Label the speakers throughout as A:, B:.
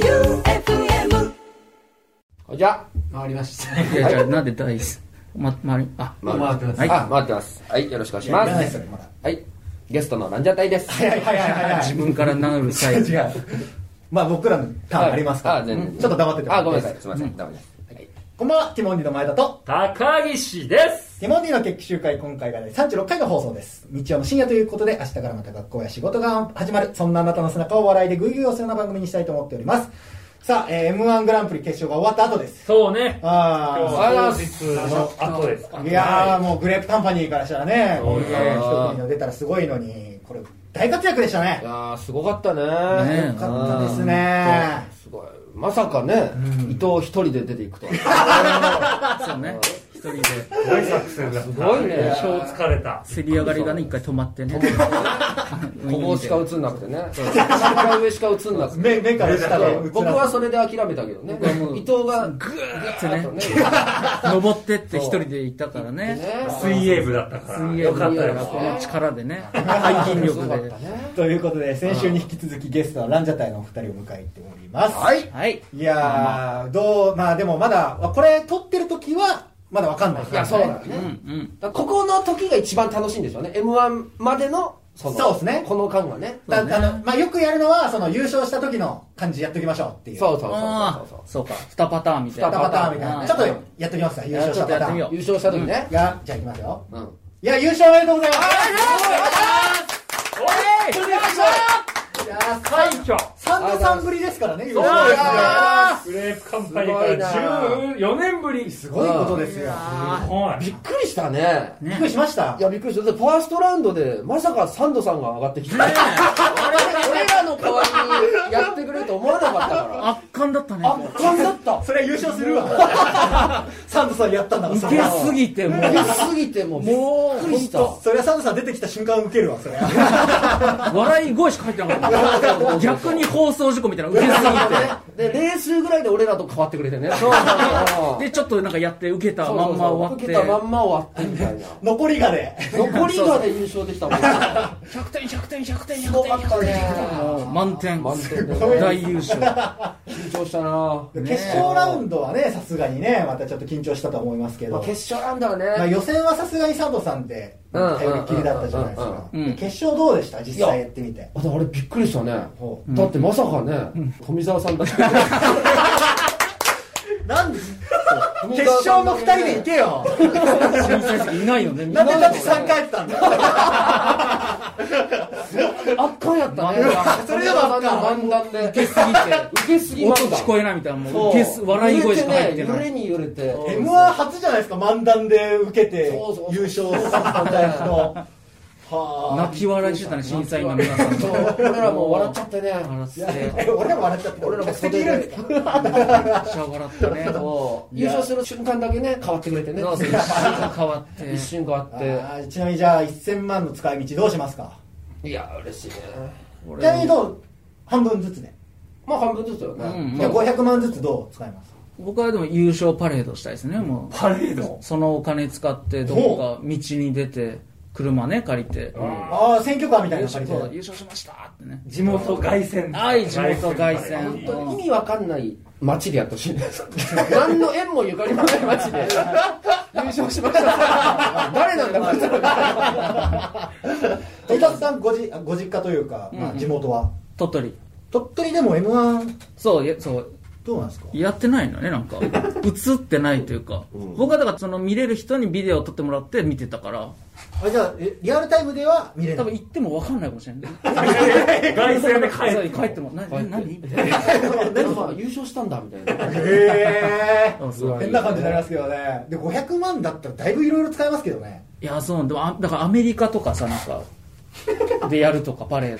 A: J-O-E-U-F-M
B: じゃあ、回りました。
C: いや、じゃあなんで第一ま、まり、あ、
B: 回ってます。
C: はい
D: あ、回ってます。はい、よろしくお願いし
B: いやいらな
D: ま
B: いで
D: す
B: すよねまだ。
D: はい、ゲストのランジャタイです。
B: はいはいはいはいはい
C: 自。分から名乗る際。
B: 違う。まあ僕らのターンありますから。
D: あ全然
B: ちょっと黙っててもら
D: あ、
B: っ
D: ごめん
B: て
D: ないさ
B: い
D: い。
B: です
D: みません。ダメです。
B: すこんばんは、ティモンディの前田と、
E: 高岸です
B: ティモンディの決起集会、今回が第36回の放送です。日曜の深夜ということで、明日からまた学校や仕事が始まる、そんなあなたの背中を笑いでグイグイ押すような番組にしたいと思っております。さあ、えー M1 グランプリ決勝が終わった後です。
E: そうね今日
B: あ
E: は当日の後です
B: あ、いやーもうグレープカンパニーからしたらね、
E: そ
B: こ
E: う
B: う
E: ね
B: いう一組の出たらすごいのに、これ大活躍でしたね
D: い。やー、すごかったね。
C: ねえ
B: よかったですね
D: うん。すごい。まさかね、伊藤一人で出ていくとは。
C: そうね。一人で、
E: すごい作戦だす
D: すごいね
E: 超疲れた
C: せり上がりがね、一回止まってね。
D: ここしか映んなくてね。一番上しか映んなくて。
B: 目目から下で
D: 僕はそれで諦めたけどね。
C: もう
D: 伊藤がグーッとね。
C: 登ってって一人で行ったからね。
E: 水泳部だったから
C: 水泳
E: よ
C: 部
E: かった
C: が
E: よ
C: この力でね、背筋力で。
B: ということで先週に引き続きゲストはランジャタイのお二人を迎えておりますはい
C: はい。
B: いやー、どうまあでもまだこれ撮ってる時はまだわかんない
D: いや、そうだ
C: うん
D: ね。
C: うん。
D: だからここの時が一番楽しいんでしょうね。M1 までの、の
B: そうですね
D: この間がね。
B: だあのまあ、よくやるのはその優勝した時の感じやっときましょうっていう
D: そうそうそう
C: あ
D: そう
C: あ、そうか。二パターンみたい
B: パ
C: な。
B: タパターンみたいな、
C: うん
B: ちょっとやっときますか優勝したパターン
C: ちょっとや
D: そう。優勝した時ね。
B: がじゃあいきますよ
D: うん。
B: いや優勝おめでとうございま
C: おい
B: すおめでとうございますいやー
E: 快挙
B: 3年3ぶりですからね優
E: そう
B: 勝
E: ですよ
B: いや
E: グレープカンパニーから14年ぶり
B: ーす
E: す
B: ごいことですよ
E: ごい
D: びっくりしたね。
B: びっくりしました
D: いや、びっくりした。だってファーストラウンドで、まさかサンドさんが上がってきて、俺らの代わりにやってくれると思わなかったか
C: 圧巻だったね
D: ら。。圧巻だった。
B: それは優勝するわ サンドさんやったんだから
C: 受けすぎてもう。
D: 受けすぎてもう、もう、びっくりした。
B: それはサンドさん出てきた瞬間受けるわそれは
C: 笑い声しか入ってなかった。逆に放送事故みたいな。受けす
D: で、レースぐらいで俺らと変わってくれてね。そう
C: ぎて。で、ちょっとなんかやって、受けたまんま終わって。
D: 受けたまんま終わってみたいな。
B: 残りがで
D: 残りがで優勝できたもんね。
C: 100点100点100点
D: すごかったね。
C: 満点
D: 満点だ
B: ごい
D: ね。
C: 大優勝
D: 緊張したな。
B: 決勝ラウンドはねさすがにねまたちょっと緊張したと思いますけ
D: ま
B: ど
D: あ、決勝ラウンドはね。
B: まあ、予選はさすがにサンドさんで
D: うん
B: 頼りっきりだったじゃないですか
C: うんうんうんうん
B: 決勝どうでした実際やってみて
D: ああれびっくりしたね、
B: ほ
D: だってまさかね、富澤さんだけ
B: なんで決勝の2人で行けよ
C: 審査席いないよねみん
B: な
C: なん
B: でだって3回やってたんだよ
D: 圧巻やったね
B: それでも圧巻
D: 漫談で
C: 受けすぎて
D: 受けすぎ
C: 音
D: 漫談
C: 聞こえないみたいなも
D: そう
C: う受けす笑い声しか入って
D: 揺
C: な
D: れ
C: い
D: ね揺れに揺れて
B: m 1初じゃないですか漫談で受けて
D: そうそう
B: 優勝させたやつのはあ
C: 泣き笑いしてたね審査員の皆さん
D: そう
C: が
D: 俺らもう笑っちゃってね
C: 笑ってめっ
B: え俺らも笑っちゃってた
D: 俺らも
B: 客席いるんですか
C: ちゃ笑ったね
D: そう優勝する瞬間だけね変わってくれてね
C: そうそう一瞬変わって
D: 一瞬変わっ
B: あーちなみにじゃあ1000万の使い道どうしますか
D: ていや嬉しいね
B: ちなみにどう半分ずつね
D: まあ半分ずつよね、
C: うん
B: じゃあ500万ずつどう使います
C: 僕はでも優勝パレードしたいですねも
E: パレード
C: うそのお金使ってどこか道に出て車ね借りて
B: ああ選挙カーみたい
C: 優
B: なの
C: 勝
B: 借り
C: そうだ
B: て
C: 優勝しましたってね
E: 地元凱旋
C: はい地元凱旋
D: 本当に意味わかんない街でやってほしいね何の縁もゆかりもない街で優勝しました誰なんだこいつら
B: 伊達さんごじあご実家というか、まあ、地元は、
C: 鳥取
B: 鳥取でも m 1
C: そうやそう
B: どうなんですか
C: やってないのねなんか映ってないというか、僕はだからその見れる人にビデオを撮ってもらって見てたから
B: あじゃあえリアルタイムでは見れな
C: 多
B: い
C: 分行っても分かんないかもしれない
E: 凱旋で
C: そう
E: 帰
C: 帰っても「な何?何」みたい
D: なんか優勝したんだみたいな
B: へえ
C: なそう
B: 変な感じになりますけどねで500万だったらだいぶいろいろ使えますけどね
C: いやそうでもあだからアメリカとかさなんかでやるとかパレー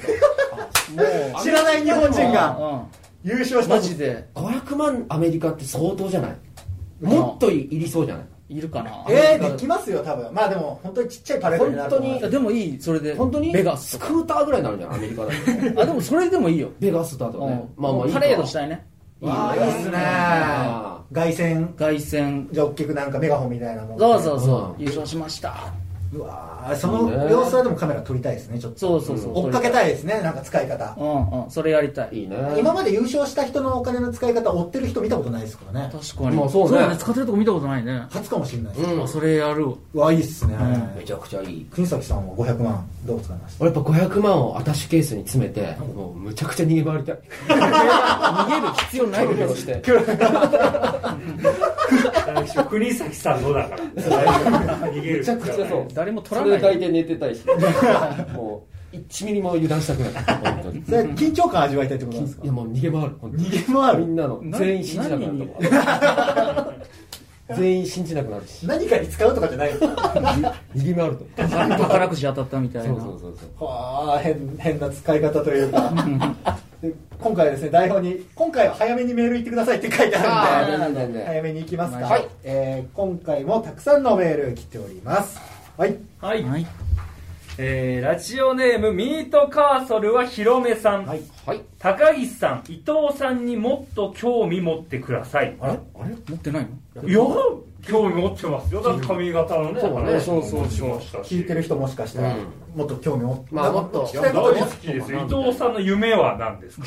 C: ド
B: 知らない日本人が
C: もう、
B: 優勝
C: うん、
B: した
C: マジで
D: 500万アメリカって相当じゃないもっといりそうじゃない
C: いるかな
B: えー、できますよ多分まあでも本当にちっちゃいパレードになると思います
C: いやでもいいそれで
D: 本当に
C: ベガス
D: ス
C: とか
D: クーターぐらいになるんじゃないアメリカだと
C: あでもそれでもいいよ、
D: ベガスだと
C: う
D: ね
C: んパレードした
D: い
C: いね
B: わあいいっすね
D: あ
B: 凱旋
C: 凱旋
B: じゃあ大きくなんかメガホンみたいなもん
C: そうそうそう、
D: うん
C: 優勝しました
B: うわーその様子はでもカメラ撮りたいですねちょっと
C: そうそうそう
B: 追っかけた
C: い
B: いですねなんか使い方
C: うんうんそれやりたい
D: いいね
B: 今まで優勝した人のお金の使い方追ってる人見たことないですからね
C: 確かに、
D: まあそうね
C: だ使ってるとこ見たことないね、
B: 初かもしれないです、
D: うん
C: あそれやるわ
B: うわいいっすね、
D: めちゃくちゃいい
B: 国崎さんは500万どう使いました
D: 俺やっぱ500万をアタッシュケースに詰めてもうむちゃくちゃ逃げ回りたい逃げる必要ないよう して
E: 国崎さんのだから。逃げる。め
D: ちゃくちゃそう
C: 誰も取
D: そ
C: ら
D: れ
C: な
D: で
C: い
D: 大抵寝てたいしもう1ミリも油断したくない本当に
B: それ緊張感味わいたいってことなんですか
D: いやもう逃げ回る本当に
B: 逃げ回
D: み
B: る
D: んなの
C: な
D: 全員信じなくなると思う全員信じなくなるし
B: 何かに使うとかじゃないですか
D: 逃げ回ると
C: 宝くじ当たったみたい
D: そう
C: な
D: そうそうそう
B: はあ変変な使い方というか で今回はですね台本に「今回は早めにメール行ってください」って書いてあるんで
D: あー全然
B: 早めに行きますか、
D: はい
B: えー今回もたくさんのメール来ておりますはい
E: はい。
C: はい
E: えーラジオネームミートカーソルはひろめさん、
B: はい
D: はい
E: 高岸さん伊藤さんにもっと興味持ってください
B: あれ
C: 持ってないの
E: いや興味持ってますよだって髪型のね
D: そうね
E: 話もしましたし
B: 聞いてる人もしかしたら、
D: うん
B: もっと興味を持って、
D: まあもっと
B: 聞き
E: い
B: た
E: や
B: い
E: 大
B: こと
E: 好きですよ伊藤さんの夢は何ですか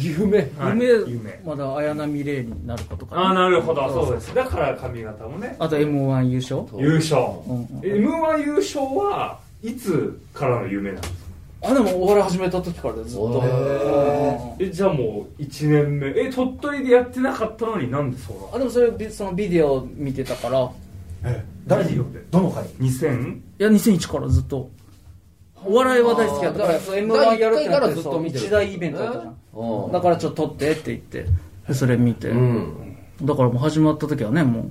D: 夢
E: はい
C: 夢
E: 夢
C: まだ綾波レイになることか
E: ああ
C: な
E: なるほどそうですだから髪型もね
C: あと m 1優勝
E: 優勝
C: うんうん
E: m 1優勝はいつからの夢なんですか
C: あでもお笑い始めた時からだよずっと
D: へ
E: えじゃあもう1年目え鳥取でやってなかったのになんでそうなの
C: あでもそれビそのビデオ見てたからい
B: え誰にどの回
E: 2000?
C: や2001からずっとお笑いは大好きやったから
D: あー
C: m 1やるって
D: 第一回
C: な
D: か
C: っ
D: ら
C: て
D: ずっ
C: そ
D: と
C: う
D: 見てる
C: 一大イベントやったじゃ
D: うん
C: んだからちょっと撮ってって言ってそれ見て、
D: うん
C: だからもう始まった時はねもう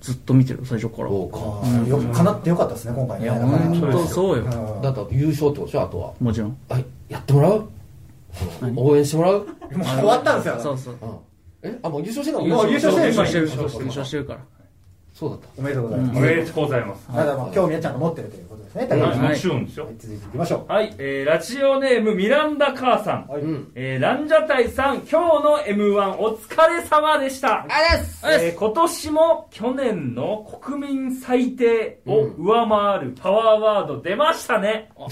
C: ずっと見てる最初から
D: そうか
B: あーよかなってよかったですね今回
C: い
B: ね
C: や
B: だから
C: 本当そうよ
B: うん
D: だって優勝ってことでしょあとは
C: もちろん
D: はいやってもらう応援してもらう
B: もう終わったんですよ
C: そうそう
D: うんえあもう優勝してんの
B: もう優勝してる
C: 優勝してる
E: 優勝してる
C: 優勝してるから
D: そうだった
B: おめでとうございます、
E: おめでとうございます
B: まだまあ興味はちゃんと持ってるということですね高
E: は
B: 橋
E: い
B: さん
C: はい
E: もちろんですよ
B: はい、続いていきましょ
E: はい、えーラジオネームミランダ母さん、
B: う、はい
D: うん
E: えーランジャタイさん今日の m 1お疲れ様でした
D: あれっす
E: えー今年も去年の国民最低を上回るパワーワード出ましたね、
D: あ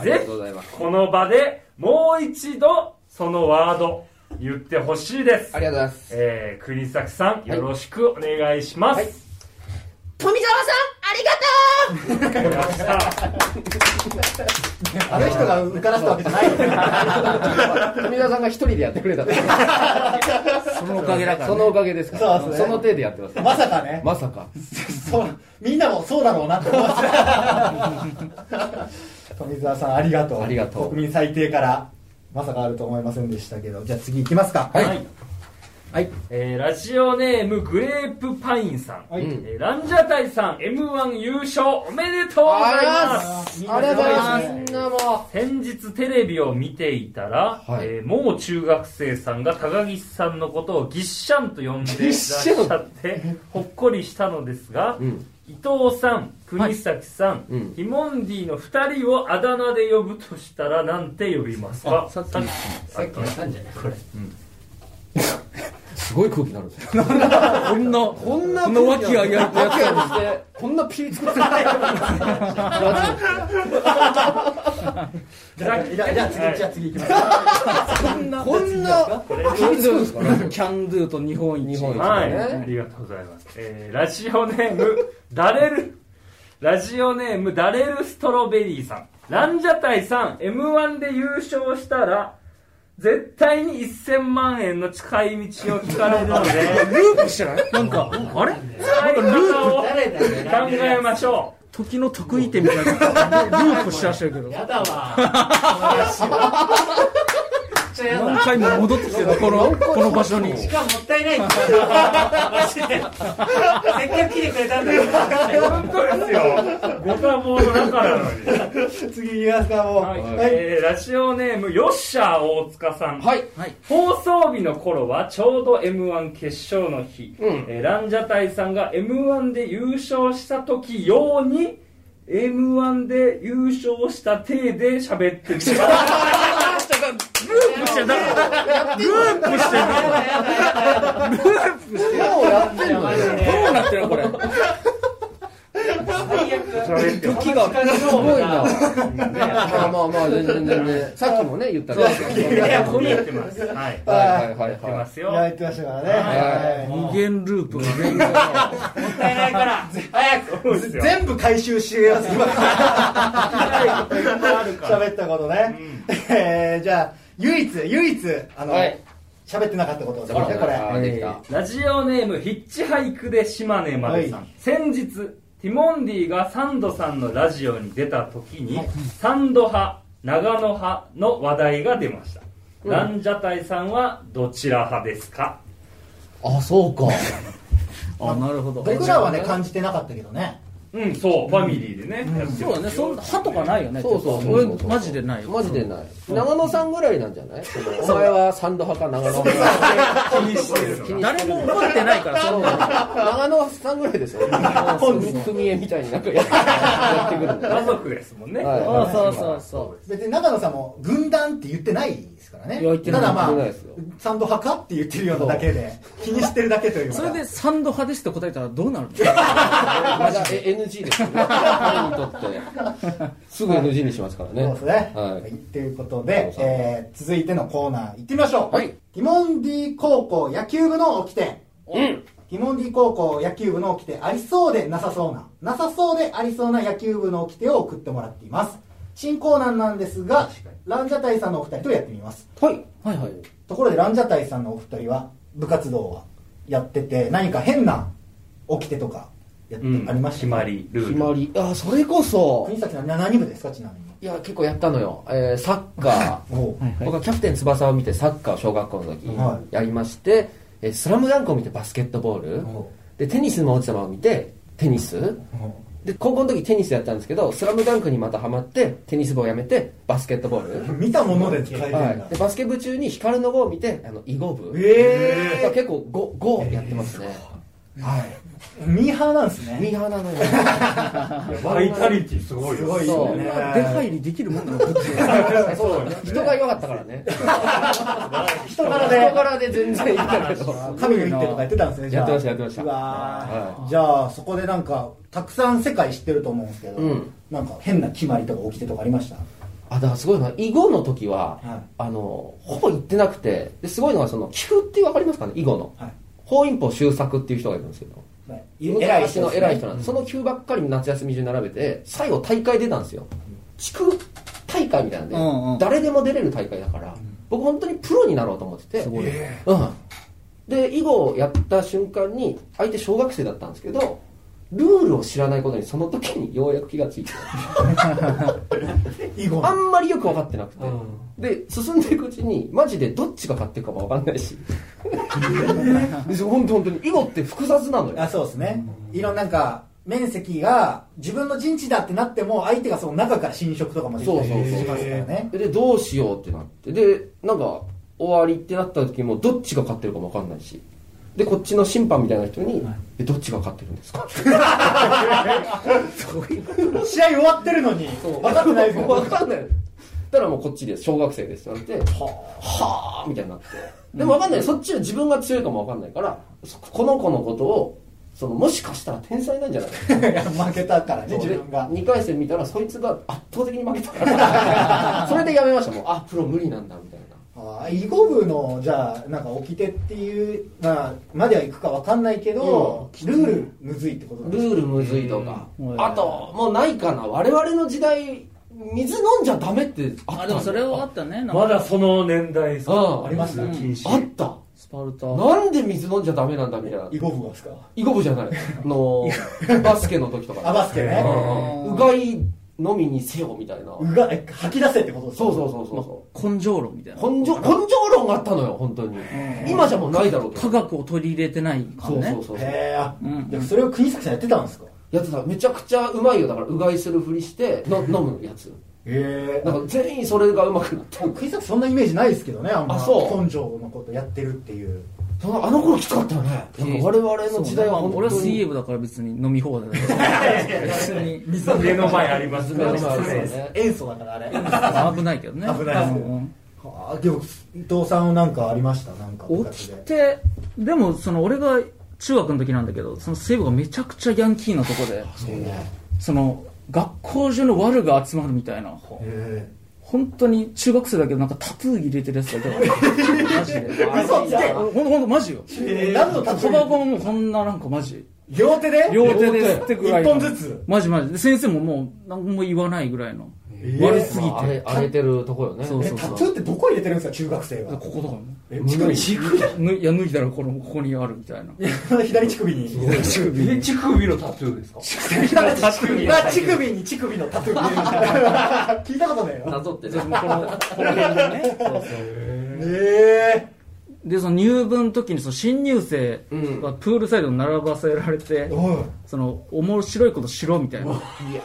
D: り
E: ぜ
D: が
E: ひ
D: とうございます
E: この場でもう一度そのワード言ってほしいです
D: ありがとうございます
E: えー国崎さんよろしくお願いします、
D: 富澤さんありがと
E: やった
B: あの人が受からしたわけじゃないですよ
D: う富澤さんが一人でやってくれたって
C: そのおかげだから、
D: そ
C: ね、
D: のおかげですから
B: そうですね
D: その手でやってます
B: まさかね、
D: まさか
B: そうみんなもそうだろうなって思い ました富澤さんありがとう
D: ありがとう
B: 国民最低からまさかあると思いませんでしたけどじゃあ次行きますか
D: はい
B: はい
E: えーラジオネームグレープパインさん、
B: はい
D: うん
E: えーランジャタイさん m 1優勝おめでとうございます
B: みん
D: ありがとうございます
B: み
D: み
B: ん
D: ん
B: な
D: なも
E: 先日テレビを見ていたら、
D: はい
E: えーもう中学生さんが高岸さんのことをぎっしゃんと呼んでい
D: ぎ
E: ら
D: っ
E: っ
D: し
E: し
D: ゃん
E: ゃってほっこりしたのですが、
D: うん
E: 伊藤さん国崎さん、
D: うん
E: ティモンディの2人をあだ名で呼ぶとしたらなんて呼びますかさっきさっきやったんじゃないこれ、
D: すごい空気になるんですよ
C: こんな
D: こんな
C: こんな和気あいあいとやってたのに
D: してこんなピリつくさない
B: じゃあじゃあじゃあ次、
E: はい
B: じゃあ次行きますか
C: こんな
D: こんな
E: これ
D: ピリつくんですか
C: キャンドゥと日本一
D: 日本一
E: はい、
D: ね
E: ありがとうございます。えーラジオネーム、ダレル、ラジオネーム、ダレルストロベリーさん。ランジャタイさん、M1 で優勝したら、絶対に1000万円の使い道を聞かれるので、
C: ループしてないなんかあれ
E: 使い方を考えましょ
C: 時の得意点みたいなループしだしてるけど
B: やだわ
C: 何回も戻ってきてるこのこの場所に
F: 時間もったいないって言うのマジでせっかく来てくれたんだよ
E: う。本当ですよ。ご多忙の中なのに。
B: 次行きますかもう
E: はい
B: はい、
E: えーラジオネーム、ヨッシャー大塚さん。
D: はい
E: 放送日の頃はちょうど m 1決勝の日、
D: うん
E: えーランジャタイさんが m 1で優勝した時用に m 1で優勝した体で喋ってきた
C: ループしてるだからループしてるループしてる
D: もうやってんの
C: どうなってるのこれ
F: 最悪
E: 喋ってよ
D: 時がすごいな。まあ
E: ね
D: まあまあ、全然全然。さっきもね、言ったけど。
E: いやここにやってますはいや
D: はいはい
E: って
D: はいは
E: ま
D: い。
E: すよ
B: やってましたからね。
D: はい
B: はい
C: 無限ループがね
F: もったいないから早く
E: そうですよ
B: 全部回収しやすい。今
E: あるから
B: 喋ったことね。えーじゃあ、唯一、唯一、あの、
D: はい
B: 喋ってなかったことですね、
D: あ
B: これ。
D: あできた
E: ラジオネームヒッチハイクで島根までさん、
B: はい
E: 先日ティモンディがサンドさんのラジオに出た時に、サンド派長野派の話題が出ました、
D: うん
E: ランジャタイさんはどちら派ですか
D: あ、そうか。
C: あなるほど
B: 僕らはね、感じてなかったけどね。
E: うんそうファミリーでね、やってます
C: そうだねそんな歯とかないよね
D: そうそう
C: 俺マジでないよ
D: マジでない。長野さんぐらいなんじゃないそのお前はサンド派か長野派か。
E: 気にしてるの
C: 誰も覚えてないから
D: そう長野さんぐらいですよ。本人組みたいになんかやってくるんだよ
E: 家族ですもんね、
D: はい
C: そうそうそうそ
B: 別に長野さんも軍団って言ってないですからね。
C: いや言ってない
B: ただまあ
D: 言ってないですよ、
B: サンド派かって言ってるようなだけで、気にしてるだけという
C: う
B: か。
C: それでサンド派ですって答えたらどうなるの
D: まだ NG ですよね。彼にとって。すぐ NG にしますからね。
B: そうですね。
D: は
B: はいい。。ということ
D: そう
B: で、
D: そう
B: えー続いてのコーナー行ってみましょう。
D: はい
B: ティモンディ高校野球部の起きて。ティモンディ高校野球部の起きてありそうでなさそうな、なさそうでありそうな野球部の起きてを送ってもらっています。新コーナーなんですが
E: 確かに、
B: ランジャタイさんのお二人とやってみます。
D: はい。はいはい。
B: ところでランジャタイさんのお二人は部活動はやってて、何か変な起きてとかやって、
E: うん、
B: ありました
E: 決まりル
D: 決
E: ール
D: まり。あ、それこそ。
B: 国崎さんな何部ですかちなみに。
D: いや、結構やったのよ。えー、サッカー。
B: おう
D: 僕はキャプテン翼を見てサッカーを小学校の時
B: は
D: やりまして、えースラムダンクを見てバスケットボール、
B: おう
D: でテニスの王子様を見てテニス、
B: おう
D: で高校の時テニスやったんですけどスラムダンクにまたハマってテニス部をやめてバスケットボール、
B: 見たもので変えてるんだ。
D: はい、でバスケ部中に光の碁を見てあの囲碁部、
B: え
D: 結構碁碁やってますね、
B: はい。ミーハーなんです
D: ミ
B: ね。
D: ーハーなのよ
E: バイタリティすごい
B: す
E: よ
B: ごいよね。
C: 出入りできるもんなのこっち
D: そうなのよ人が弱かったからね
B: 人柄
D: 人
B: で。
D: 柄で全然いいんだけど
B: 神の一手とかやってたんですね、じゃあ
D: やってましたやってました
B: うわー
D: は
B: じゃあ、そこでなんか、たくさん世界知ってると思うんですけど、
D: うん
B: なんか変な決まりとか起きてとかありました
D: あだからすごいのは囲碁の時は、
B: はい
D: あのほぼ行ってなくてですごいのはその棋譜って分かりますかね囲碁の
B: はい
D: 本因坊周作っていう人がいるんですけど
B: い偉い
D: 昔
B: 人
D: の
B: ですね。
D: 偉い人なんです、その棋譜ばっかり夏休み中に並べて最後大会出たんですよ地区大会みたいなんで、
C: うんうん
D: 誰でも出れる大会だから、僕本当にプロになろうと思ってて
C: すごいね
D: うん、で囲碁をやった瞬間に相手小学生だったんですけどルールを知らないことにその時にようやく気がついて
B: 囲碁
D: あんまりよく分かってなくて、で進んでいくうちにマジでどっちが勝ってるかも分かんないし で本当本当に囲碁って複雑なのよ
B: あ、そうですね。いろんななんか、面積が自分の陣地だってなっても、相手がその中から侵食とかまできたり
D: そうそうそう
B: しますからね。
D: でどうしようってなってでなんか終わりってなった時もどっちが勝ってるかも分かんないしでこっちの審判みたいな人に「えどっちが勝ってるんですか?」
B: 試合終わってるのに、分かってないです よ
D: 分かんないたらもうこっちです小学生ですってなってはあみたいになってでも分かんないそっちは自分が強いかも分かんないからそこの子のことをそのもしかしたら天才なんじゃないか
B: いや負けたからね、自分が。
D: 2回戦見たらそいつが圧倒的に負けた からそれでやめましたもうあプロ無理なんだみたいな
B: ああ囲碁部のじゃあなんか起きてっていう、まあ、まではいくかわかんないけど、ルールむずいってことなん
D: ル
B: ですか
D: ールむずいとか
C: うん
D: あともうないかな我々の時代水飲んじゃダメってあった
C: あでもそれはあったねなんか
E: まだその年代
D: ああ
B: ありました
E: 禁止
D: あった
C: スパルタ
D: なんで水飲んじゃダメなんだみたいな
B: 囲碁部がですか
D: 囲碁部じゃないあのバスケの時と
B: あ
D: か
B: バスケ
D: う
B: ね
D: んうがいのみにせよみたいなそう
B: うがえ吐き出せってことですか
D: そうそうそうそ
C: 根性論みたいうな
D: 根性根性論があったのよ本当に今じゃもうないだろうと
C: 科学を取り入れてないから
D: そう
C: ね
D: そうそうそう
B: へえあ
C: うん
B: でもそれを国崎さんやってたんですか
D: やってためちゃくちゃうまいよだからうがいするふりしての飲むやつ
B: へ
D: なんか全員それがうまくなった
B: 国崎そんなイメージないですけどねあんま
D: あそう
B: 根性のことやってるっていう
D: そのあの頃きつかったよね
C: うん
D: でも我々の時代は
C: そ
D: 本
C: うねまあ俺は
D: 当
C: 水泳
D: に
C: 部だから別に飲み放題だけど別に水
E: 目の前あります
D: 目
E: か
D: の
E: ら
D: 前あるから
E: ね
D: ね
B: 塩素だからあれ
C: 危ないけどね
B: 危ないですよ
C: うん
B: はあでも伊藤さんはなんかありましたなんか部
C: 起
B: 活
C: き
B: で
C: てでもその俺が中学の時なんだけどその西武がめちゃくちゃヤンキーなとこでその学校中の悪が集まるみたいな
B: え
C: 本当に中学生だけどなんかタトゥー入れてるやつだけどマジで
B: 嘘つ け
C: ほんとほんとマジよ
B: えー、何のタト
C: そ
B: ゥ
C: ば
B: ー
C: 粉ももうこんななんかマジ
B: 両手で
C: 両手で吸ってぐらいの
B: 一本ずつ
C: マジマジで先生ももう何も言わないぐらいの
B: えー
C: 悪すぎ
D: まああ
C: て
D: れ荒れてるとこよね
C: そう
B: え
C: そう
B: タ
C: そう
B: トゥーってどこ入れてるんですか中学生は
C: ここだからね
B: え
D: 乳首
B: 乳
C: ぬいや脱いだらこのここにあるみたいな
B: 首左乳首に
C: 乳首
E: え乳首のタトゥーですか
B: 乳首乳
E: 首
B: 首に乳首のタトゥー入れるみたいな 聞いたことないよ
D: なぞってね
B: え
C: でその入部の時にその新入生
D: うん
C: がプールサイドに並ばせられて、
B: えおい
C: その面白いことしろみたいなもうヤ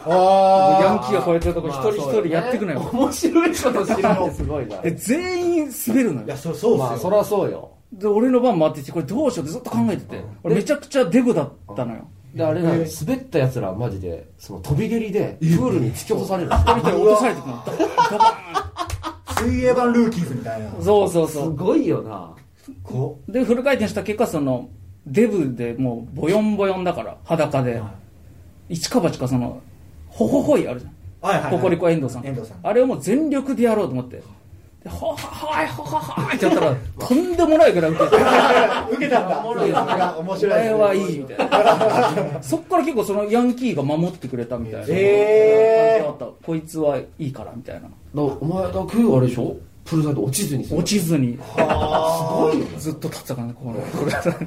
C: ン
B: あ
C: キーがこうやってるとこ一人一人やってくのよ、
D: 面白いこと知るのすごいな
C: で全員滑るの
B: ーいや
C: よ
B: そうそうっすよ、
D: まあそりゃそうよ
C: で俺の番回ってきてこれどうしようってずっと考えてて、俺めちゃくちゃデブだったのよ、
D: であれな
B: え
D: の
B: ー
D: 滑ったやつらマジでその飛び蹴りでプールに突き落とさ れるんですよ
C: みたいに落とされてくの
B: 水泳版ルーキーズみたいな
C: そうそう
D: す
C: そ
D: ごいよな
B: こ
C: うでフル回転した結果そのデブでもうボヨンボヨンだから裸で、一か八かそのほほほいあるじゃん
B: うはいはい、はい、
C: ココリコ遠藤さん
B: 遠藤さん
C: あれをもう全力でやろうと思ってでほははいほははいってやった らとんでもないぐらい受けて
B: 受けたんだおもろい 面
C: お
B: 白いで
C: 前
B: す
C: はいいみたい なそっから結構そのヤンキーが守ってくれたみたいな感じ
B: えー
C: だったこいつはいいからみたいな
D: だお前だけあれでしょプールサイド落ちずにす
C: 落
D: る
C: ちずに
B: あ
C: ずっと立ってたからねこの これ
B: ーだ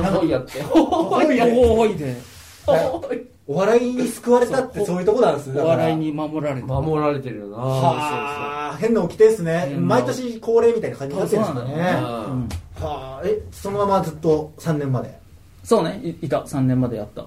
B: なん
D: す
B: か
D: ご いや って
C: ほほいで
B: お笑いに救われたってそういうとこなんですね
C: お笑いに守られた
D: 守られてるよな
B: はあ変な掟ですね
C: 変な
B: 毎年恒例みたいな感じになってるんですかね
C: そう
D: そうそう
B: は
D: う
C: うんん
B: あえそのままずっと3年まで
C: そうねいいた3年までやった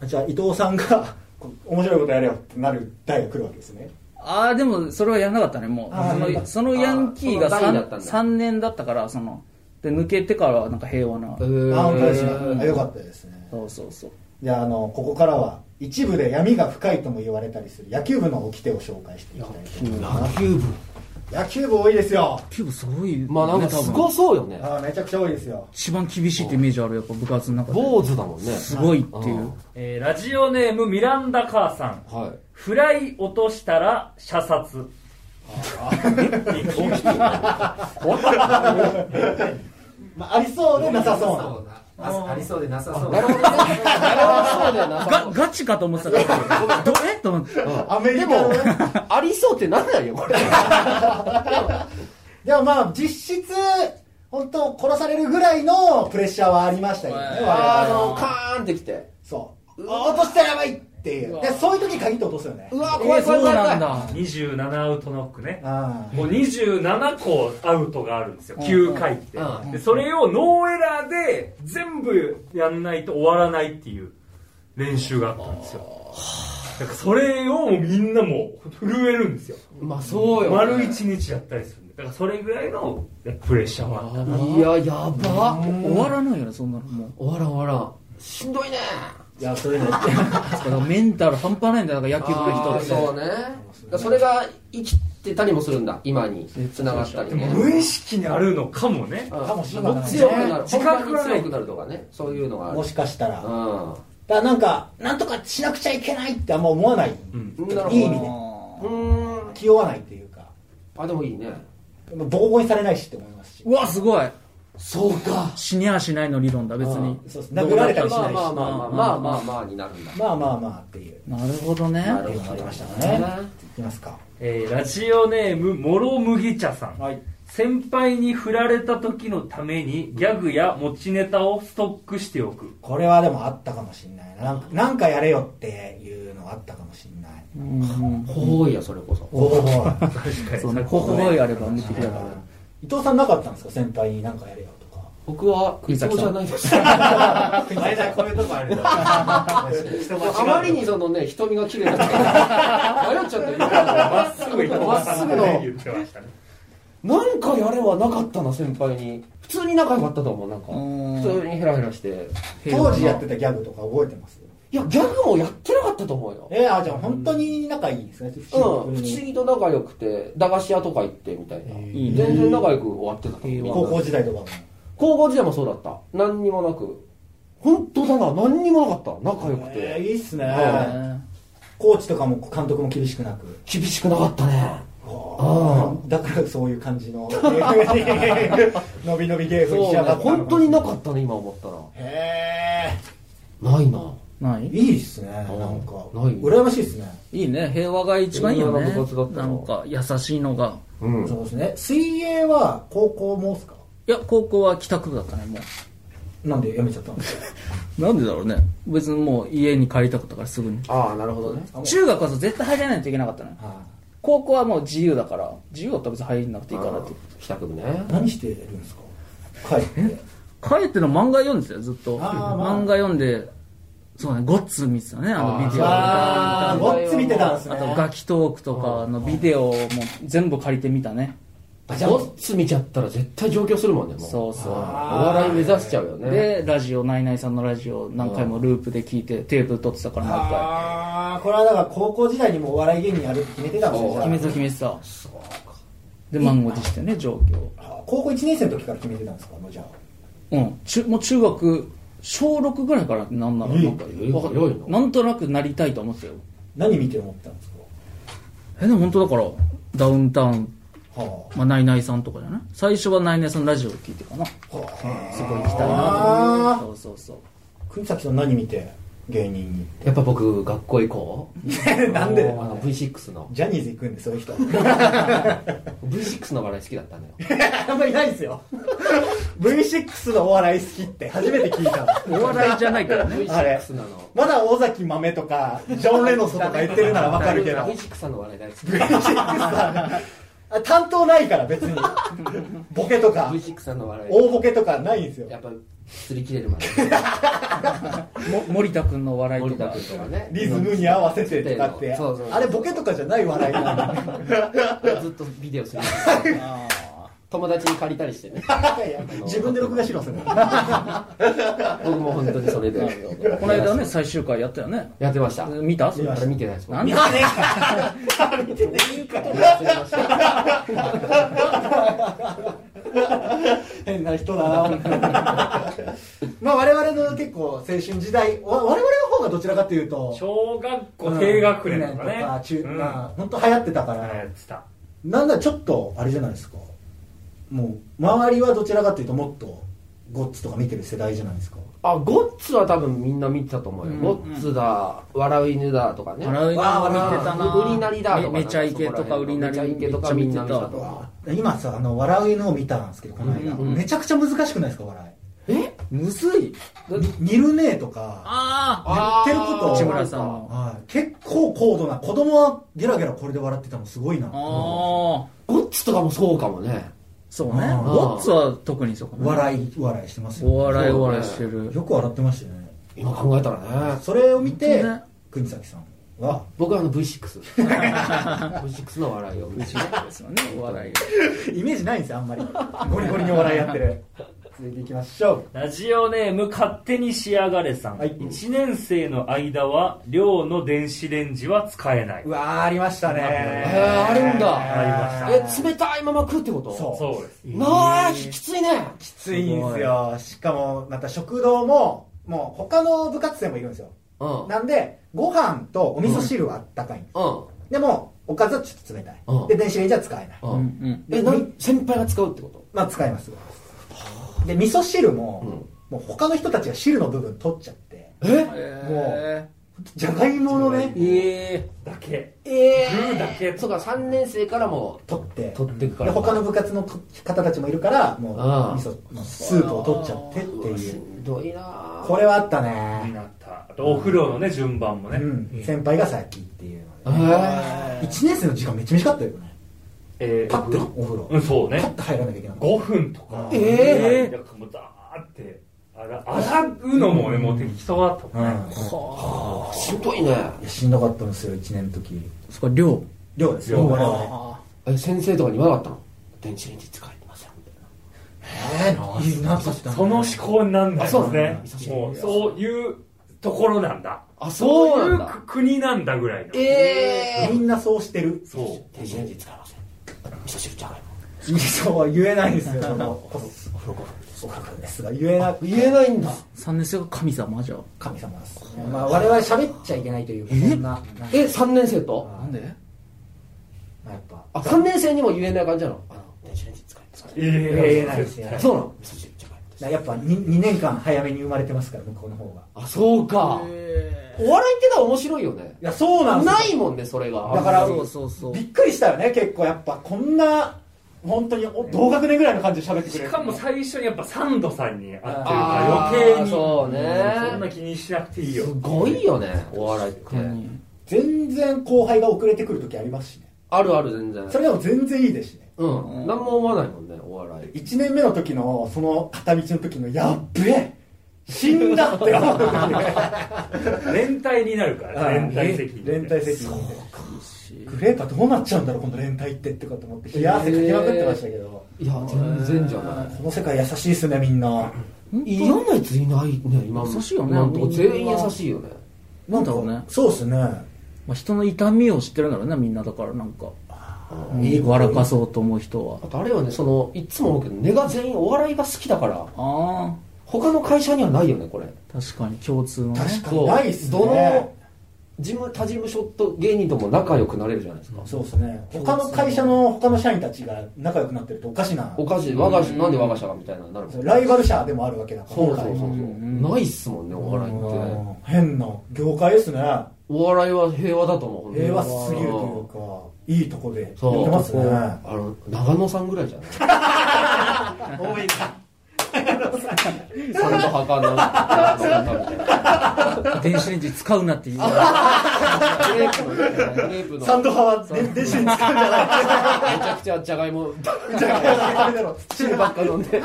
B: あじゃあ伊藤さんが こ面白いことやれよってなる代が来るわけですね
C: ああでもそれはやらなかったねも
B: あ
C: うその
B: ーやんなかった
C: そのヤンキーが
D: あーその代だったん
C: 3,
D: だ
C: 年だったからそので抜けてからはなんか平和な
D: うーん
B: あ本当ですね
C: うん
B: あよかったですね
C: そうそうそう
B: じゃああのここからは一部で闇が深いとも言われたりする野球部の掟を紹介していきたいと思いま
D: 野
B: す
D: 球部
B: 野球部多いですよ
C: キューブすごい
D: まあなんか
C: ね多分
D: すごそうよね
B: あめちゃくちゃ多いですよ
C: 一番厳しいってイメージあるやっぱ部活の中で
D: 坊主だもんね
C: すごいっていう
E: えーラジオネームミランダ母さん
D: は
E: フライ落としたら射殺
B: まあありそうでなさそうな
F: あそうありそうでなさそう
D: いなるほどねなるほどそうだよな
C: がガチかと思ってたからどれと思って
B: アメリカ
D: で
B: の
D: も
B: ね、
D: ありそうってなんないよ、これ。
B: でもまあ実質本当殺されるぐらいのプレッシャーはありましたよね我々は
D: あの、カーンってきて。
B: そうあ落としたらやばいっていうでそういう時に限って落とすよね
D: うわ、怖
C: え
D: い
C: ー
D: 怖い
C: そう
D: 怖い
C: なん
D: 怖い。
C: だ
E: 27アウトノックね
B: あ
E: もう27個アウトがあるんですよ9回って
D: うん
E: でそれをノーエラーで全部やんないと終わらないっていう練習があったんですよだからそれをもうみんなもう震えるんですよ
D: まあ、そうよ。
E: 丸一日やったりするんでだからそれぐらいのプレッシャーはあった
D: いや、やば。
C: 終わらないよねそんなのもう
D: 終わらん終わらん。しんどいね。
B: いやそれね
C: だからメンタル半端ないんだよだから野球部の人って
D: そうね。だからそれが生きてたりもするんだ、今に。繋がったり
E: でも
D: ね。
E: 無意識にあるのかもね
D: うん
B: かもしれないね
D: 強くなる。
E: 自
D: 本番
E: 覚が
D: に
E: な
D: 強
E: い
D: くなるとかね。そういうのがある。
B: もしかしたらだか
D: う
B: らなんかなんとかしなくちゃいけないってあんま思わない
D: ん。なるほど
B: いい意味で
D: うーん。
B: 気負わないっていうか
D: あ、でもいいね。
B: ボコボコにされないしって思いますし
C: うわすごい
D: そうか。
C: 死にゃしないの理論だ別に
B: そうです殴られたりし
D: ま
B: な
D: あ
B: いし
D: まあまあまあまあまあまあになるんだ。
B: まあまあまあっていう
C: なるほどね
D: なる
B: っていうのがありましたねいきますか
E: えーラジオネームもろ麦茶さん、
B: はい
E: 先輩に振られた時のためにギャグや持ちネタをストックしておく
B: これはでもあったかもしれないななんかなんかやれよっていうのあったかもしれない
C: うんうん
D: ほうや、それこそ。
B: おお
C: そうねここがあれば無敵だから
B: 伊藤さんなかったんですか先輩になんかやれよとか
D: 僕は、
C: 栗崎さん
D: いない です。
F: 前田こういうとこあるよ人間違う
D: あまりにそのね、瞳が綺麗だったから、迷っちゃったよ今
E: まっすぐ行った
D: まっすぐの
E: ね言ってましたね
D: なんかやれはなかったな、先輩に。普通に仲良かったと思う、なんか。
C: うん
D: 普通にヘラヘラして。
C: 平和
B: 当
C: な
B: 時やってたギャグとか覚えてます
D: いや、ギャグもやってなかったと思うよ。
B: えー、あじゃあ本当に仲いいんですね
D: うん、不
B: 普
D: 思
B: 通に
D: 議と仲良くて、駄菓子屋とか行ってみたいな。
C: いい
D: 全
C: ね
D: 然仲良く終わってたと思う
C: 平和
B: 高校時代とかも
D: 高校時代もそうだった。何にもなく。本当だな、何にもなかった。仲良く
B: えー、い
D: て。
B: いっすね
D: は
C: ね
B: コーチとかも監督も厳しくなく
D: 厳しくなかったねあ
B: だからそういう感じの伸び伸びゲームに
D: そ
B: 仕
D: う
B: 上
D: ね
B: がったのか
D: 本当になかったね今思ったら
B: へ
D: ないな
C: ない
B: えいいっすねなんか
D: ない
B: 羨ましいっすね
C: いいね平和が一番いいよね
D: 平和な部活だった
C: な
D: なん
C: か優しいのが
D: うん
B: そうですね水泳は高校もっすか
C: いや高校は帰宅部だったねも
B: なんでやめちゃったんですか
C: うなんでだろうね別にもう家に帰りたかったからすぐに
D: ああなるほどね
B: あもう
C: 中学はそう絶対入らないといけなかったね
B: は
C: 高校はもう自由だから自由だったら別に入んなくていいからって
D: 帰宅部ね
B: い何してるんですか帰って
C: 帰っての漫画読んでたよずっと、
B: あーまあ
C: 漫画読んでそうねゴッツ見てたねあのビデオ
B: わあ
C: あ
B: ごっつ見てたんですね
C: とガキトークとかのビデオも全部借りてみたね
B: あじゃあ
D: ゴッツ見ちゃったら絶対上京するもんねもう
C: そうそう
D: お笑い目指しちゃうよね
C: でラジオナイナイさんのラジオ何回もループで聞いてテープ取ってたから毎回
B: ああこれはだから高校時代にもうお笑い芸人やるって決めてたんですねじゃあ
C: 決めてた決めてたで満を持してね状況
B: あー高校1年生の時から決めてたんですかもうじゃあ
C: うん中もう中学小6ぐらいからなんならなんか
D: えー
C: わかん
D: 早いな
C: なんとなくなりたいと思ってたよ
B: 何見て思ったんですか
C: えでも本当だからダウンタウン
B: は
C: まあ、ナイナイさんとかじゃない最初はナイナイさんのラジオを聞いてかなそこ行きたいな
B: あ
C: と思ってそうそうそう
B: あ国崎さん何見て芸人に
D: やっぱ僕学校行こう
B: なんで
D: あの V6 の
B: ジャニーズ行くんでそういう人
D: V6 の笑い好きだったんだよ
B: あんまりいない ですよ V6 のお笑い好きって初めて聞いたの
C: お笑いじゃないからね
B: あれ
D: V6 なの
B: まだ尾崎豆とかジョン・レノソとか言ってるならわかるけ ど
D: V6 さんの笑い大好き
B: あ担当ないから別にボケとか
D: V6 さんの笑い
B: 大ボケとかないんですよ
D: やっぱ擦り切れるま で
C: も森田君の笑い
D: 森
C: と
D: 田
C: か
D: 君とかね
B: リズムに合わせてとかって
D: そうそうそう
B: あれボケとかじゃない笑いなんだ
D: ずっとビデオする友達に借りたりして ね
B: いや自分で録画しろそれ
D: 僕も本当にそれで
C: この間ね最終回やったよね
D: やってました
C: 見た
D: あれ見てないです
C: なんで
B: 変な人だな まあ我々の結構青春時代わ我々の方がどちらかというと
E: 小学校低学年とかね
B: うんとか中、
E: うん
B: まあ本当流行ってたから、
E: やってた
B: なんだちょっとあれじゃないですかもう周りはどちらかというともっとゴッツとか見てる世代じゃないですか
D: あゴッツは多分みんな見てたと思うよ、
C: うん
D: ゴッツだ笑う犬だとかね
C: 笑う犬
D: わあ笑
B: 見て
C: たな
D: う犬売りなりだとか
C: めめちゃイケとか売りなり
D: めちゃイケとかみんな見てた
B: う
D: と
B: わ今さあの笑う犬を見たんですけどこの間、
C: うん
D: うん
B: めちゃくちゃ難しくないですか笑
D: え
C: むずい
B: い煮るねえとか
C: あ
B: 言ってること
C: あ
B: を
C: 内村さんの
B: はい、結構高度な子供はゲラゲラこれで笑ってたのすごいな
C: ああ
D: ゴッツとかもそうかもね
C: そうね
B: あー
C: ゴッツは特にそうかもね
B: 笑い笑いしてます
C: お
B: よ
C: 笑いお笑いしてる
B: よく笑ってましたよね
D: 今考えたらね
B: それを見て、
C: 本当ね
B: 国崎さんは
D: 僕はあの V6 V6 の笑いを見て
C: ですよねお笑い
B: イメージないんですよあんまり ゴリゴリにお笑いやってる続いていきましょ
E: ラジオネーム勝手に仕上がれさん、
B: はい
E: 1年生の間は寮の電子レンジは使えないう
B: うわーありましたね
E: へ
D: ーあるんだ
E: あ
D: え冷たいまま食うってこと
B: そう
E: そうです
D: なあきついね
B: きついんですよしかもまた食堂ももう他の部活生もいるんですよ
D: うんうん
B: なんでご飯とお味噌汁はあったかいんです、でもおかずはちょっと冷たい、
D: うん
B: で電子レンジは使えない、
D: う
C: うんん
D: えなん先輩が使うってこと
B: まあ使いますで味噌汁も、もう他の人たちが汁の部分取っちゃって
D: え
C: うん
B: もじゃがいものね
C: うえ
E: だけ
D: えー
E: グーだけ
D: そうか3年生からも
B: 取って
D: 取ってくか
B: で
D: ら
B: 他の部活の方たちもいるからもう
D: ああ
B: 味噌のスープを取っちゃってって
D: うわし
B: いうん
D: どいなあ
B: これはあった
E: に
B: ね
E: なったあとお風呂のね順番もね、
B: うん先輩が先っていう
D: え
B: ので
D: ー
B: 1年生の時間めっちゃ短かったよね
E: えー
B: パッてお風
E: う
B: 呂
E: んそう
B: パッ
E: ね
B: て入らなきゃいけない
E: 5分とか
B: え
C: え
E: なんかもうザーって洗洗うのもねもう適当だったもんね、
D: しんどいね
B: うんしんどかったんですよ1年の時
C: そこ量
B: 寮ですよ
E: 寮
B: 我々
D: え先生とかに言わなかったの電子レンジ使えませんみたいな
B: えーなかった
E: その思考になんだ
D: あそう
E: よね
D: なんだ
E: もうそういうところなんだ
D: あそうなん
E: そうい
D: だ
E: う国なんだぐらいの
D: え
B: みんなそうしてる
E: そう
D: 電 子レンジ使えません味噌汁じゃがいも
B: そうは言えないんですよその
D: お風呂5分
B: そうなんですが言えなく
D: 言えないんだ
C: 三年生が神様じゃあ
B: 神様です、まあ、我々喋っちゃいけないというそんななんか
D: え3年生と
C: なんで
B: まあやっぱ
D: あ3年生にも言えない感じなのあの電子レンジ使います
E: え
B: 言えないですね
D: そうなの味噌汁じゃがいもです
B: やっぱ 2, 2年間早めに生まれてますから向こうの方が
D: あそうかお笑いってのは面白いよね
B: いやそうなんですよ
D: ないもんねそれが
B: だから
C: そうそうそう
B: びっくりしたよね結構やっぱこんな本当にお同学年ぐらいの感じで喋ってく
E: し
B: れる
E: かも最初にやっぱサンドさんに会ってる
D: あ
E: か
D: ー
E: ら余計に
D: そうね
E: そんな気にしなくていいよ
D: すごいよねお笑いって
B: 全然後輩が遅れてくる時ありますしね
D: あるある全然
B: それでも全然いいですしね
D: うん何も思わないもんねお笑い
B: 1年目の時のその片道の時のやっべえ死んだって思う時
E: 連帯になるから連帯責任
B: 連帯責任でグレーかどうなっちゃうんだろうこの連帯ってってかと思って冷や汗かきまくってましたけど、
D: いや全然じゃない
B: この世界優しいっすねみんな
D: 嫌なやついないね今の
C: 優しいよね
D: 今のとこ全員優しいよね
C: なんだろうね
B: そうっすね
C: まあ、人の痛みを知ってるんだろうねみんなだからなんか、うん笑かそうと思う人は
D: あとあれはねそのいつも思うけど根が全員お笑いが好きだから
C: あ
D: 他の会社にはないよねこれ
C: あ確かに共通のね
B: 確か
D: そう
B: にないっすね
D: どの事務他事務所と芸人とも仲良くなれるじゃないですか、
B: そうですね他の会社の他の社員たちが仲良くなってるとおかしな
D: おかしい我が社なんで我が社がみたいなのになるもん
B: ライバル社でもあるわけだから
D: そうそうそうそう、
C: ん
D: ないっすもんねお笑いって
B: うん変な業界ですね
D: お笑いは平和だと思う
B: 平和すぎるというかいいとこでや
D: そう
B: ってますね
D: あの長野さんぐらいじゃない
B: 多いな
D: それと墓の長野さ んみたいな
C: 電子レンジ使うなっていう
D: グレープのねグレープの
B: サンド派はで電子に使うんじゃない
D: めちゃくちゃじゃがいも
B: じゃあやめろ
D: 汁ばっか飲んで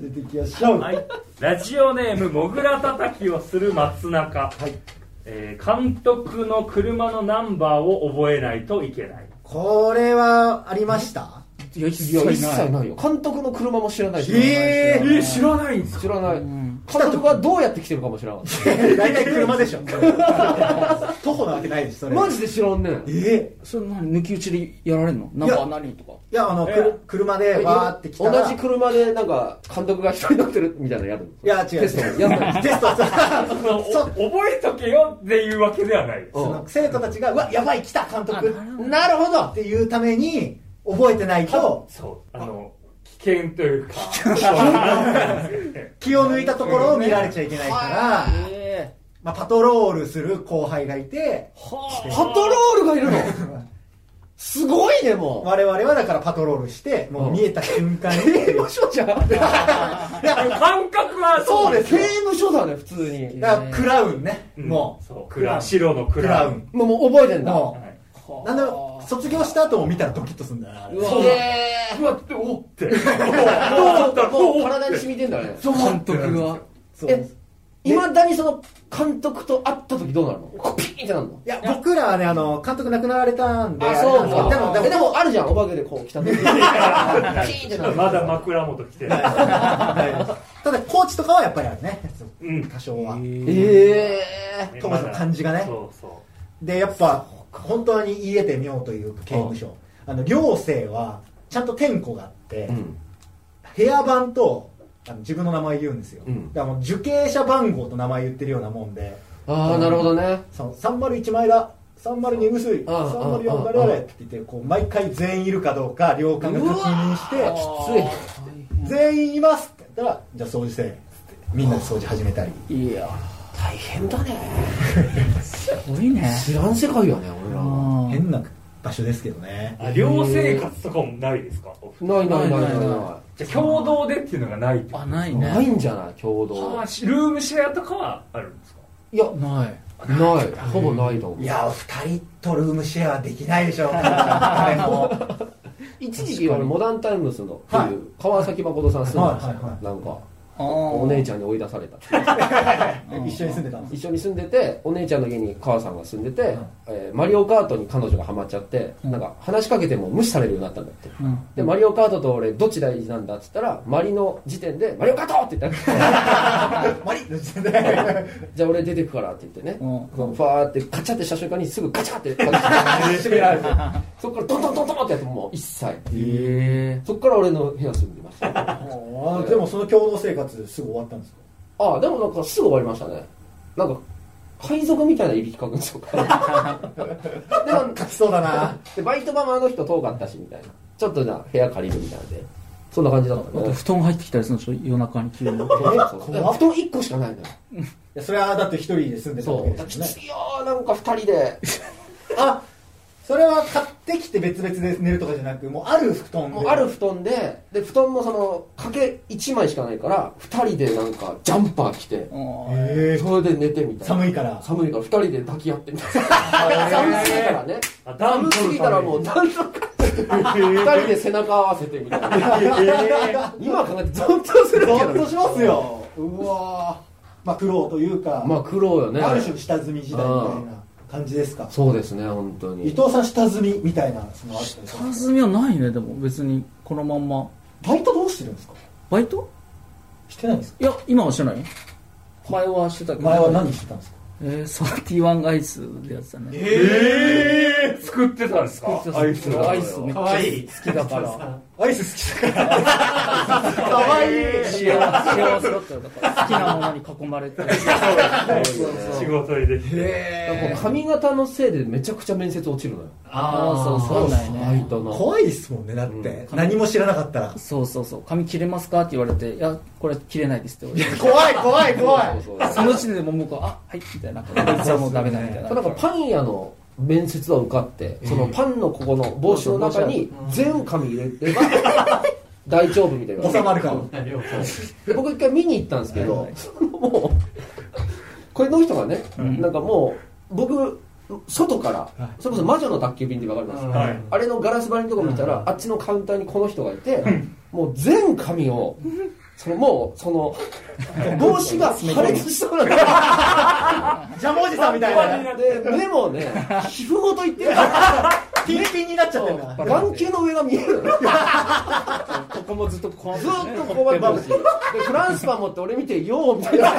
B: 出てきやしちゃう
E: はい、ラジオネームもぐらたたきをする松中、えー監督の車のナンバーを覚えないといけない
B: これはありました
C: い
D: いや
C: や
D: 一切ないよ監督の車も知らないし
B: えー
E: 知らないんです
D: 知らない
C: ん
D: 監督がどうやって来てるかも知らない
B: 大体車でしょ 徒歩なわけないですそれ
D: マジで知らんねん
B: え
C: それ何抜き打ちでやられるのなん
B: い
C: か
B: や
C: 何とか
B: いやあのくる車でわーって来たら
D: 同じ車でなんか監督が一人乗ってるみたいなのやるの
B: いや違う
D: テストやんない
B: テスト
E: そのお覚えとけよっていうわけではないです
B: その生徒たちが「うわやばい来た監督」
D: なるほど
B: っていうために覚えてないと
E: そうあの危険というか
B: 気を抜いたところを見られちゃいけないから、
C: え
B: まあ、パトロールする後輩がいて
D: パトロールがいるのすごいねも
B: 我々はだからパトロールしてもう見えた瞬間に
D: う刑務所じゃん
E: 感覚は
D: そうですす刑務所だね普通に
B: だからクラウンね、
E: うん
B: もう
E: そうクラ白のク
B: ク
E: ラ
B: ラ
E: ウ
B: ウ
E: ン
B: ン
D: もうもう覚えてんだ
B: も
E: はいう
B: なんでも卒業した後も見たらドキッとするんだよなあれ
D: うわ
E: そう
D: え
E: うわっておって
D: ーもうもう体に染みてんだね
C: ー監督が
B: そう
D: えいまだにその監督と会った時どうなるのこうピーンってなるの
B: いや僕らはねあの監督亡くなられたんで
D: あ、
B: れ
D: そう
B: なんです
D: か。
B: けどでも
D: え
B: で
D: で
B: も
D: もあるじゃん、お化けでこう来た時。ピーンってなる
E: まだ枕元来てない、
B: ただコーチとかはやっぱりあるね
E: うん
B: 多少は、
D: ええ
B: 当時の感じがね
E: そうそう
B: でやっぱ本当に言えてみようという刑務所あの寮生はちゃんと点呼があって、
D: うん。
B: 部屋番とあの自分の名前言うんですよ、
D: うん
B: だからもう受刑者番号と名前言ってるようなもんで
D: ああ、なるほどね。
B: その301前だ302薄い
D: ああ
B: 304誰々って言ってこう毎回全員いるかどうか両官が確認して
D: つ
B: 全員いますって言ったらじゃあ掃除せえってみんなで掃除始めたり
C: いや
D: い。大変だね。
C: すごいね
D: 知らん世界よね、俺らは。
B: 変な場所ですけどね
E: あ寮生活とかもないですかお二人
D: ないないない
C: ない
D: な
E: じゃあ共同でっていうのがないってこと
C: あない
D: い。な
C: ね
D: いんじゃない共同。
E: あールームシェアとかはあるんですか
D: いや、
C: ない
D: ない。ほぼないと思う
B: い。やお二人とルームシェアはできないでしょう誰も
D: 一時期、あのモダンタイムスのっていう、川崎誠さん住んでましたよ
B: はいはいは
D: なんか、
C: あー
D: お姉ちゃんに追い出されたっていう
B: 一緒に住んでたんです
D: 一緒に住んでてお姉ちゃんの家に母さんが住んでて、えーマリオカートに彼女がハマっちゃって、なんか話しかけても無視されるようになったんだって、
C: うん
D: でマリオカートと俺どっち大事なんだっつったらマリの時点で「マリオカート!」って言 ったら
B: マリッとしてね
D: じゃあ俺出てくからって言ってね、
C: うん
D: そのファーってカチャってした瞬間にすぐガチャって 閉められてそっからドンドンドンドンってやってもう一切
E: え
D: そっから俺の部屋住んでましたあ
B: あ ーで もその共同生活すぐ終わったんですか
D: あでもなんかすぐ終わりましたねなんか海賊みたいないびきかくんです よでも
B: 書きそう だな
D: でバイト場もあの人遠かったしみたいなちょっとじゃあ部屋借りるみたいなんでそんな感じだった
C: なんか
D: ね
C: 布団入ってきたりするんでしょ夜中に急に
D: そう布団1個しかないのよ
B: いやそれはだって一人で住んでたわけ
D: そう
B: です
D: き
B: よね
D: ついよーなんか2人で
B: あそれは買ってきて別々で寝るとかじゃなくもうある布団で
D: もうある布団でで布団もその掛け1枚しかないから2人でなんかジャンパー着て
C: うん
B: へえ
D: それで寝てみたいな
B: 寒いから
D: 寒いから2人で抱き合ってみたい な寒すぎたらね
E: ー、あ
D: 寒すぎたらもうなんとか2人で背中合わせてみたい な今考えてゾッとするけ
B: ゾ
D: ど
B: ッとしますようわーまあ苦労というか、
D: まあ苦労よね
B: ある種下積み時代みたいな感じですか
D: そうですね本当
B: 伊
D: に
B: 藤さん下積みみたいなそのあったりし
C: 下
B: ます
C: 積みはないねでも別にこのまんま
B: バイトどうしてるんですか
C: バイト
B: してないんですか
C: いや今はしてないよ前はしてたけど
B: 前は何してたんですか
C: えー、サーティワンアイスでやってたね
E: ええー、作ってたんですか
C: アイスアイスめっち
F: 可愛い
C: ゃ好きだから
B: アイス好きだからかわいい
C: 幸せ幸せだったよだから好きなものに囲まれてそうそう
E: 仕事入れて
D: なんか髪型のせいでめちゃくちゃ面接落ちるのよ
C: ああそうそうない
D: バイ
C: ね
D: トの
B: 怖いですもんねだって、何も知らなかったら
C: そうそうそう髪切れますかって言われていやこれ切れないですって言われて
B: 怖い怖い怖い
D: そうそうそう
C: その時点でもう向こうあはいみたいなこいつはもうダメだみたいな
D: なんかパン屋の面接を受かって、そのパンのここの帽子の中に全紙入れれば 大丈夫みたいな
B: 収まるから
D: で僕一回見に行ったんですけど、もうこれの人がね、なんかもう僕外からそれこそ魔女の宅急便ってわかります、
E: はい
D: あれのガラス張りのとこ見たら、あっちのカウンターにこの人がいて、もう全紙を、そのもうその帽子が破裂しそうな
B: ジャムおじさんみたいな
D: で目もね皮膚ごといってる
B: ピンピンになっちゃってるな
D: 眼球の上が見えるの
C: ここもずっとこう
D: ずーっとここまで眩しいでフランスパン持って俺見てようみたいな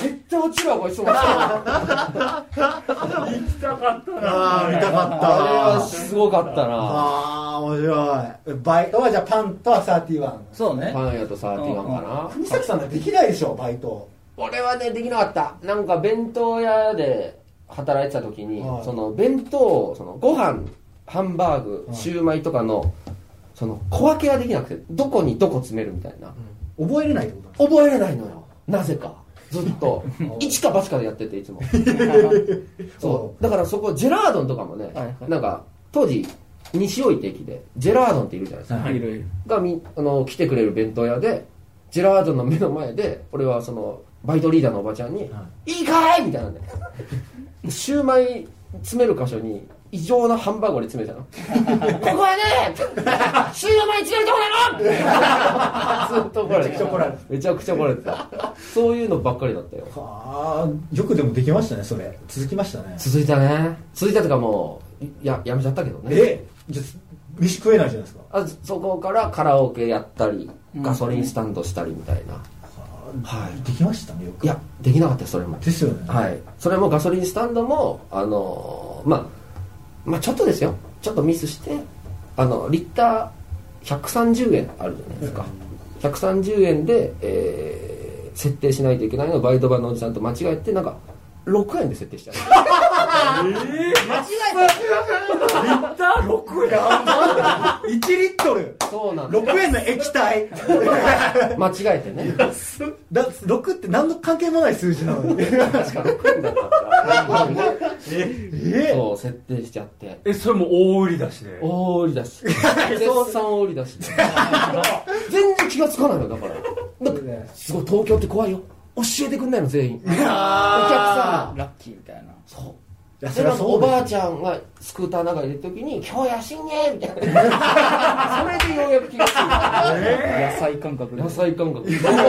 D: 絶対落ちるわこいつもあれ
E: 行きたかったな
B: ああ見たかった
D: はすごかったな
B: ああ面白いバイトはじゃあパンとはサーティワン
C: そうね
D: パン屋とサーティワンかな
B: 国崎さんができないでしょバイト
D: 俺はねできなかったなんか弁当屋で働いてた時に、
B: はい
D: その弁当をそのご飯ハンバーグシューマイとかのその小分けができなくてどこにどこ詰めるみたいな、
B: 覚えれないってこと
D: 覚えれないのよなぜかずっ と一か八かでやってていつもそうだからそこジェラードンとかもね、
C: はいはい
D: なんか当時西尾井って駅でジェラードンっているじゃないですか、
C: はいいるいる
D: がみあの来てくれる弁当屋でジェラードンの目の前で俺はそのバイトリーダーのおばちゃんに「いいかい!」みたいなんでシューマイ詰める箇所に異常なハンバーグ俺詰めたのここはねシューマイ詰めるとこなのずっと怒られて
B: めちゃくちゃ怒られて
D: めちゃくちゃ怒られてたそういうのばっかりだったよ
B: ああよくでもできましたねそれ続きましたね
D: 続いたね続いたとかもういややめちゃったけどね
B: えじゃあ飯食えないじゃないですか
D: あそこからカラオケやったり
C: うん
D: ガソリンスタンドしたりみたいな、はい
B: できましたねよく
D: いやできなかったよそれも
B: ですよね
D: はい、それもガソリンスタンドも、あのーまあ、まあちょっとですよちょっとミスしてあのリッター130円あるじゃないですか130円で、えー設定しないといけないのをバイト版のおじさんと間違えてなんか6円で設定しちゃう
E: 行った6円
B: 1リットル
D: そうなんで
B: 6円の液体
D: 間違えてね
B: だ6って何の関係もない数字なのに
D: 確か6円だったから
B: え
D: そう設定しちゃって
E: えそれも大売り出しで
D: 大売り出 し絶賛大売り出 し全然気がつかないのだからだからすごい東京って怖いよ教えてくんないの全員お客さ
C: ラッキーみたいなん
D: そう
B: いや
D: そ
B: そ
D: れ
B: れ
D: は
B: は
D: あの
B: そ
D: お
B: うです
D: ばあちゃんがスクーターの中にいる時に「今日やしんね」みたいな それでようやく気がついた
C: 野菜感覚で
D: 野菜感覚
B: へ
D: だか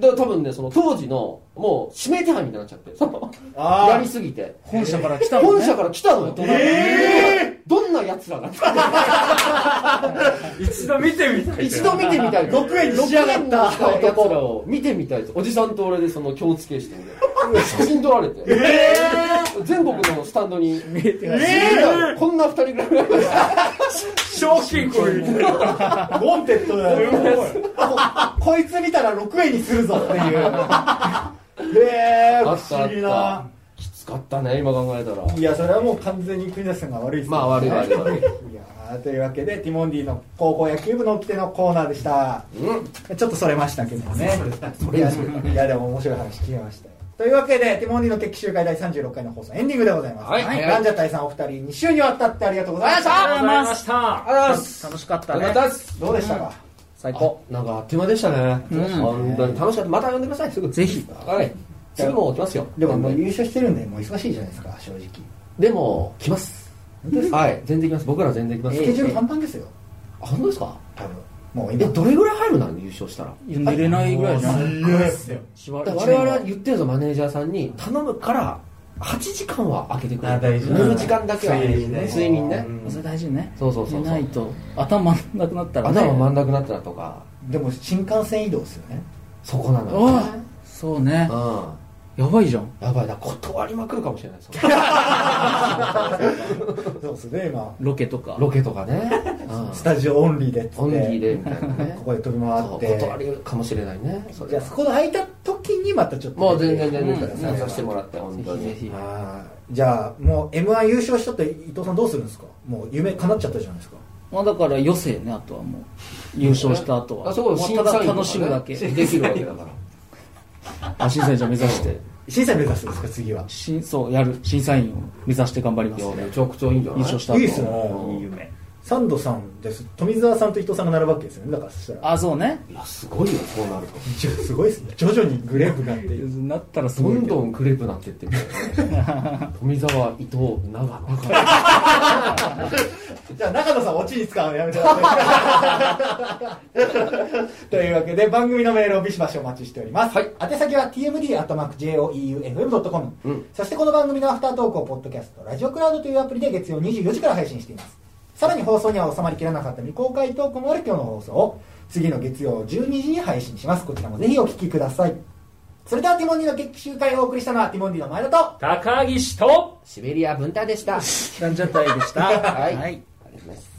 D: ら多分ねその当時のもう指名手配みたいになっちゃってその
B: あー
D: やりすぎて
C: 本社から来たの
D: 本
C: ね
D: 社から来たのよ、えどんなやつらが
E: 一度見てみたい
D: 一度見てみたい
B: 六円に仕上がった
D: 六円にしたやつらを見てみたいとおじさんと俺でその気をつけして俺写真撮られて、全国のスタンドに見えてこんな二人ぐらい
E: 賞金こい
B: ウォンテッドだよここいつ見たら6円にするぞって いうへえ不
D: あったあ
B: 思
D: っ
B: 議
D: た
B: な
D: きつかったね今考えたら
B: いやそれはもう完全に国田さんが悪いですね
D: まあ悪い悪い悪い
B: いやーというわけでティモンディの高校野球部の起きてのコーナーでした
D: うん
B: ちょっとそれましたけどね
D: そ
B: い
D: れ
B: やいやでも面白い話聞きましたよというわけでティモンディの決起集会第36回の放送エンディングでございます、
D: はいはい
B: ランジャタイさんお二人2週にわたってありがとうございまし
E: ありが
B: た
E: とうございました
D: あらす
C: 楽しかっ
D: あ
C: た
D: りが
C: ね
D: とうございます
B: どうでしたか、
C: 最高
D: なんかあっという間でしたね、
C: うん
D: 本当に楽しかったまた呼んでくださいすぐ
C: ぜひ
D: はい次も来ますよ
B: でももう優勝してるんでもう忙しいじゃないですか正直
D: でも来ます
B: 本当ですか
D: はい全然来ます僕ら全然来ます
B: スケジュールパンパンですよ
D: あ本当ですか
B: 多分もう
D: え
B: 今
D: どれぐらい入るなの優勝したら
C: いや寝れないぐらいじゃん
B: すごいっすよ
C: しば
D: だ
C: ら
D: から
C: く
D: 我々は言ってるぞマネージャーさんに頼むから8時間は空けてくれ
F: あ大事
D: 寝る時間だけは
F: 睡眠ね
D: 睡眠ね
F: うん
C: それ大事ね
D: そうそうそうそう
C: 寝ないと頭なくなったらね
D: 頭真んなくなったらとか
B: でも新幹線移動で すよね
D: そこなのよ
C: ああそうね
D: う
C: やばいじゃん
D: んやばいな断りまくるかもしれないです
B: そうですね今
C: ロケとか
D: ロケとかね、うん
B: スタジオオンリーでっつって
D: オンリーでみたいなね
B: ここで飛び回
D: そ
B: っ
D: う
B: て
D: 断るかもしれないねそれ
B: じゃあそこの空いた時にまたちょっと
D: もう全然全然
B: うん
D: 全然させてもらって本当に
C: ぜひぜひ
B: あーじゃあもう m 1優勝したって伊藤さんどうするんですかもう夢叶っちゃったじゃないですか
C: まあだから余生ねあとはもう優勝した後は
D: あそこ
C: もう
D: 審
C: た
D: 査
C: だ
D: 員とかね
C: 楽しむだけ
D: できるわけだから
C: あ審査員じゃ目指して
B: 審査目指すんですか次は
C: しそうやる審査員を目指して頑張りま
D: い
C: す
D: や
C: 優
D: めちゃくちゃいいんじゃない
C: 勝した
B: い
C: 後
B: いっすね
E: いい夢
B: サンドさんです富澤さんと伊藤さんが並ぶわけですよねだからそしたら
C: あそうね
D: いやすごいよそうなると
B: じゃあすごいですね徐々にグレープがっていう
C: なったらす
D: ど
C: ごい
D: ん
C: けど
D: どんクレープなってってるから ね富澤伊藤長野
B: じゃあ中野さんオチに使うのやめてくださ いというわけで番組のメールをビシバシお待ちしております、
D: はい
B: 宛先は tmd.joeufm.com、
D: うん
B: そしてこの番組のアフタートークをポッドキャストラジオクラウドというアプリで月曜24時から配信していますさらに放送には収まりきらなかった未公開トークもある今日の放送を次の月曜12時に配信しますこちらもぜひお聞きくださいそれではティモンディの劇集会をお送りしたのはティモンディの前田と
E: 高岸と
D: シベリア文太でした
C: ランジャタイでした
D: はい
C: はい
D: ありがとうございます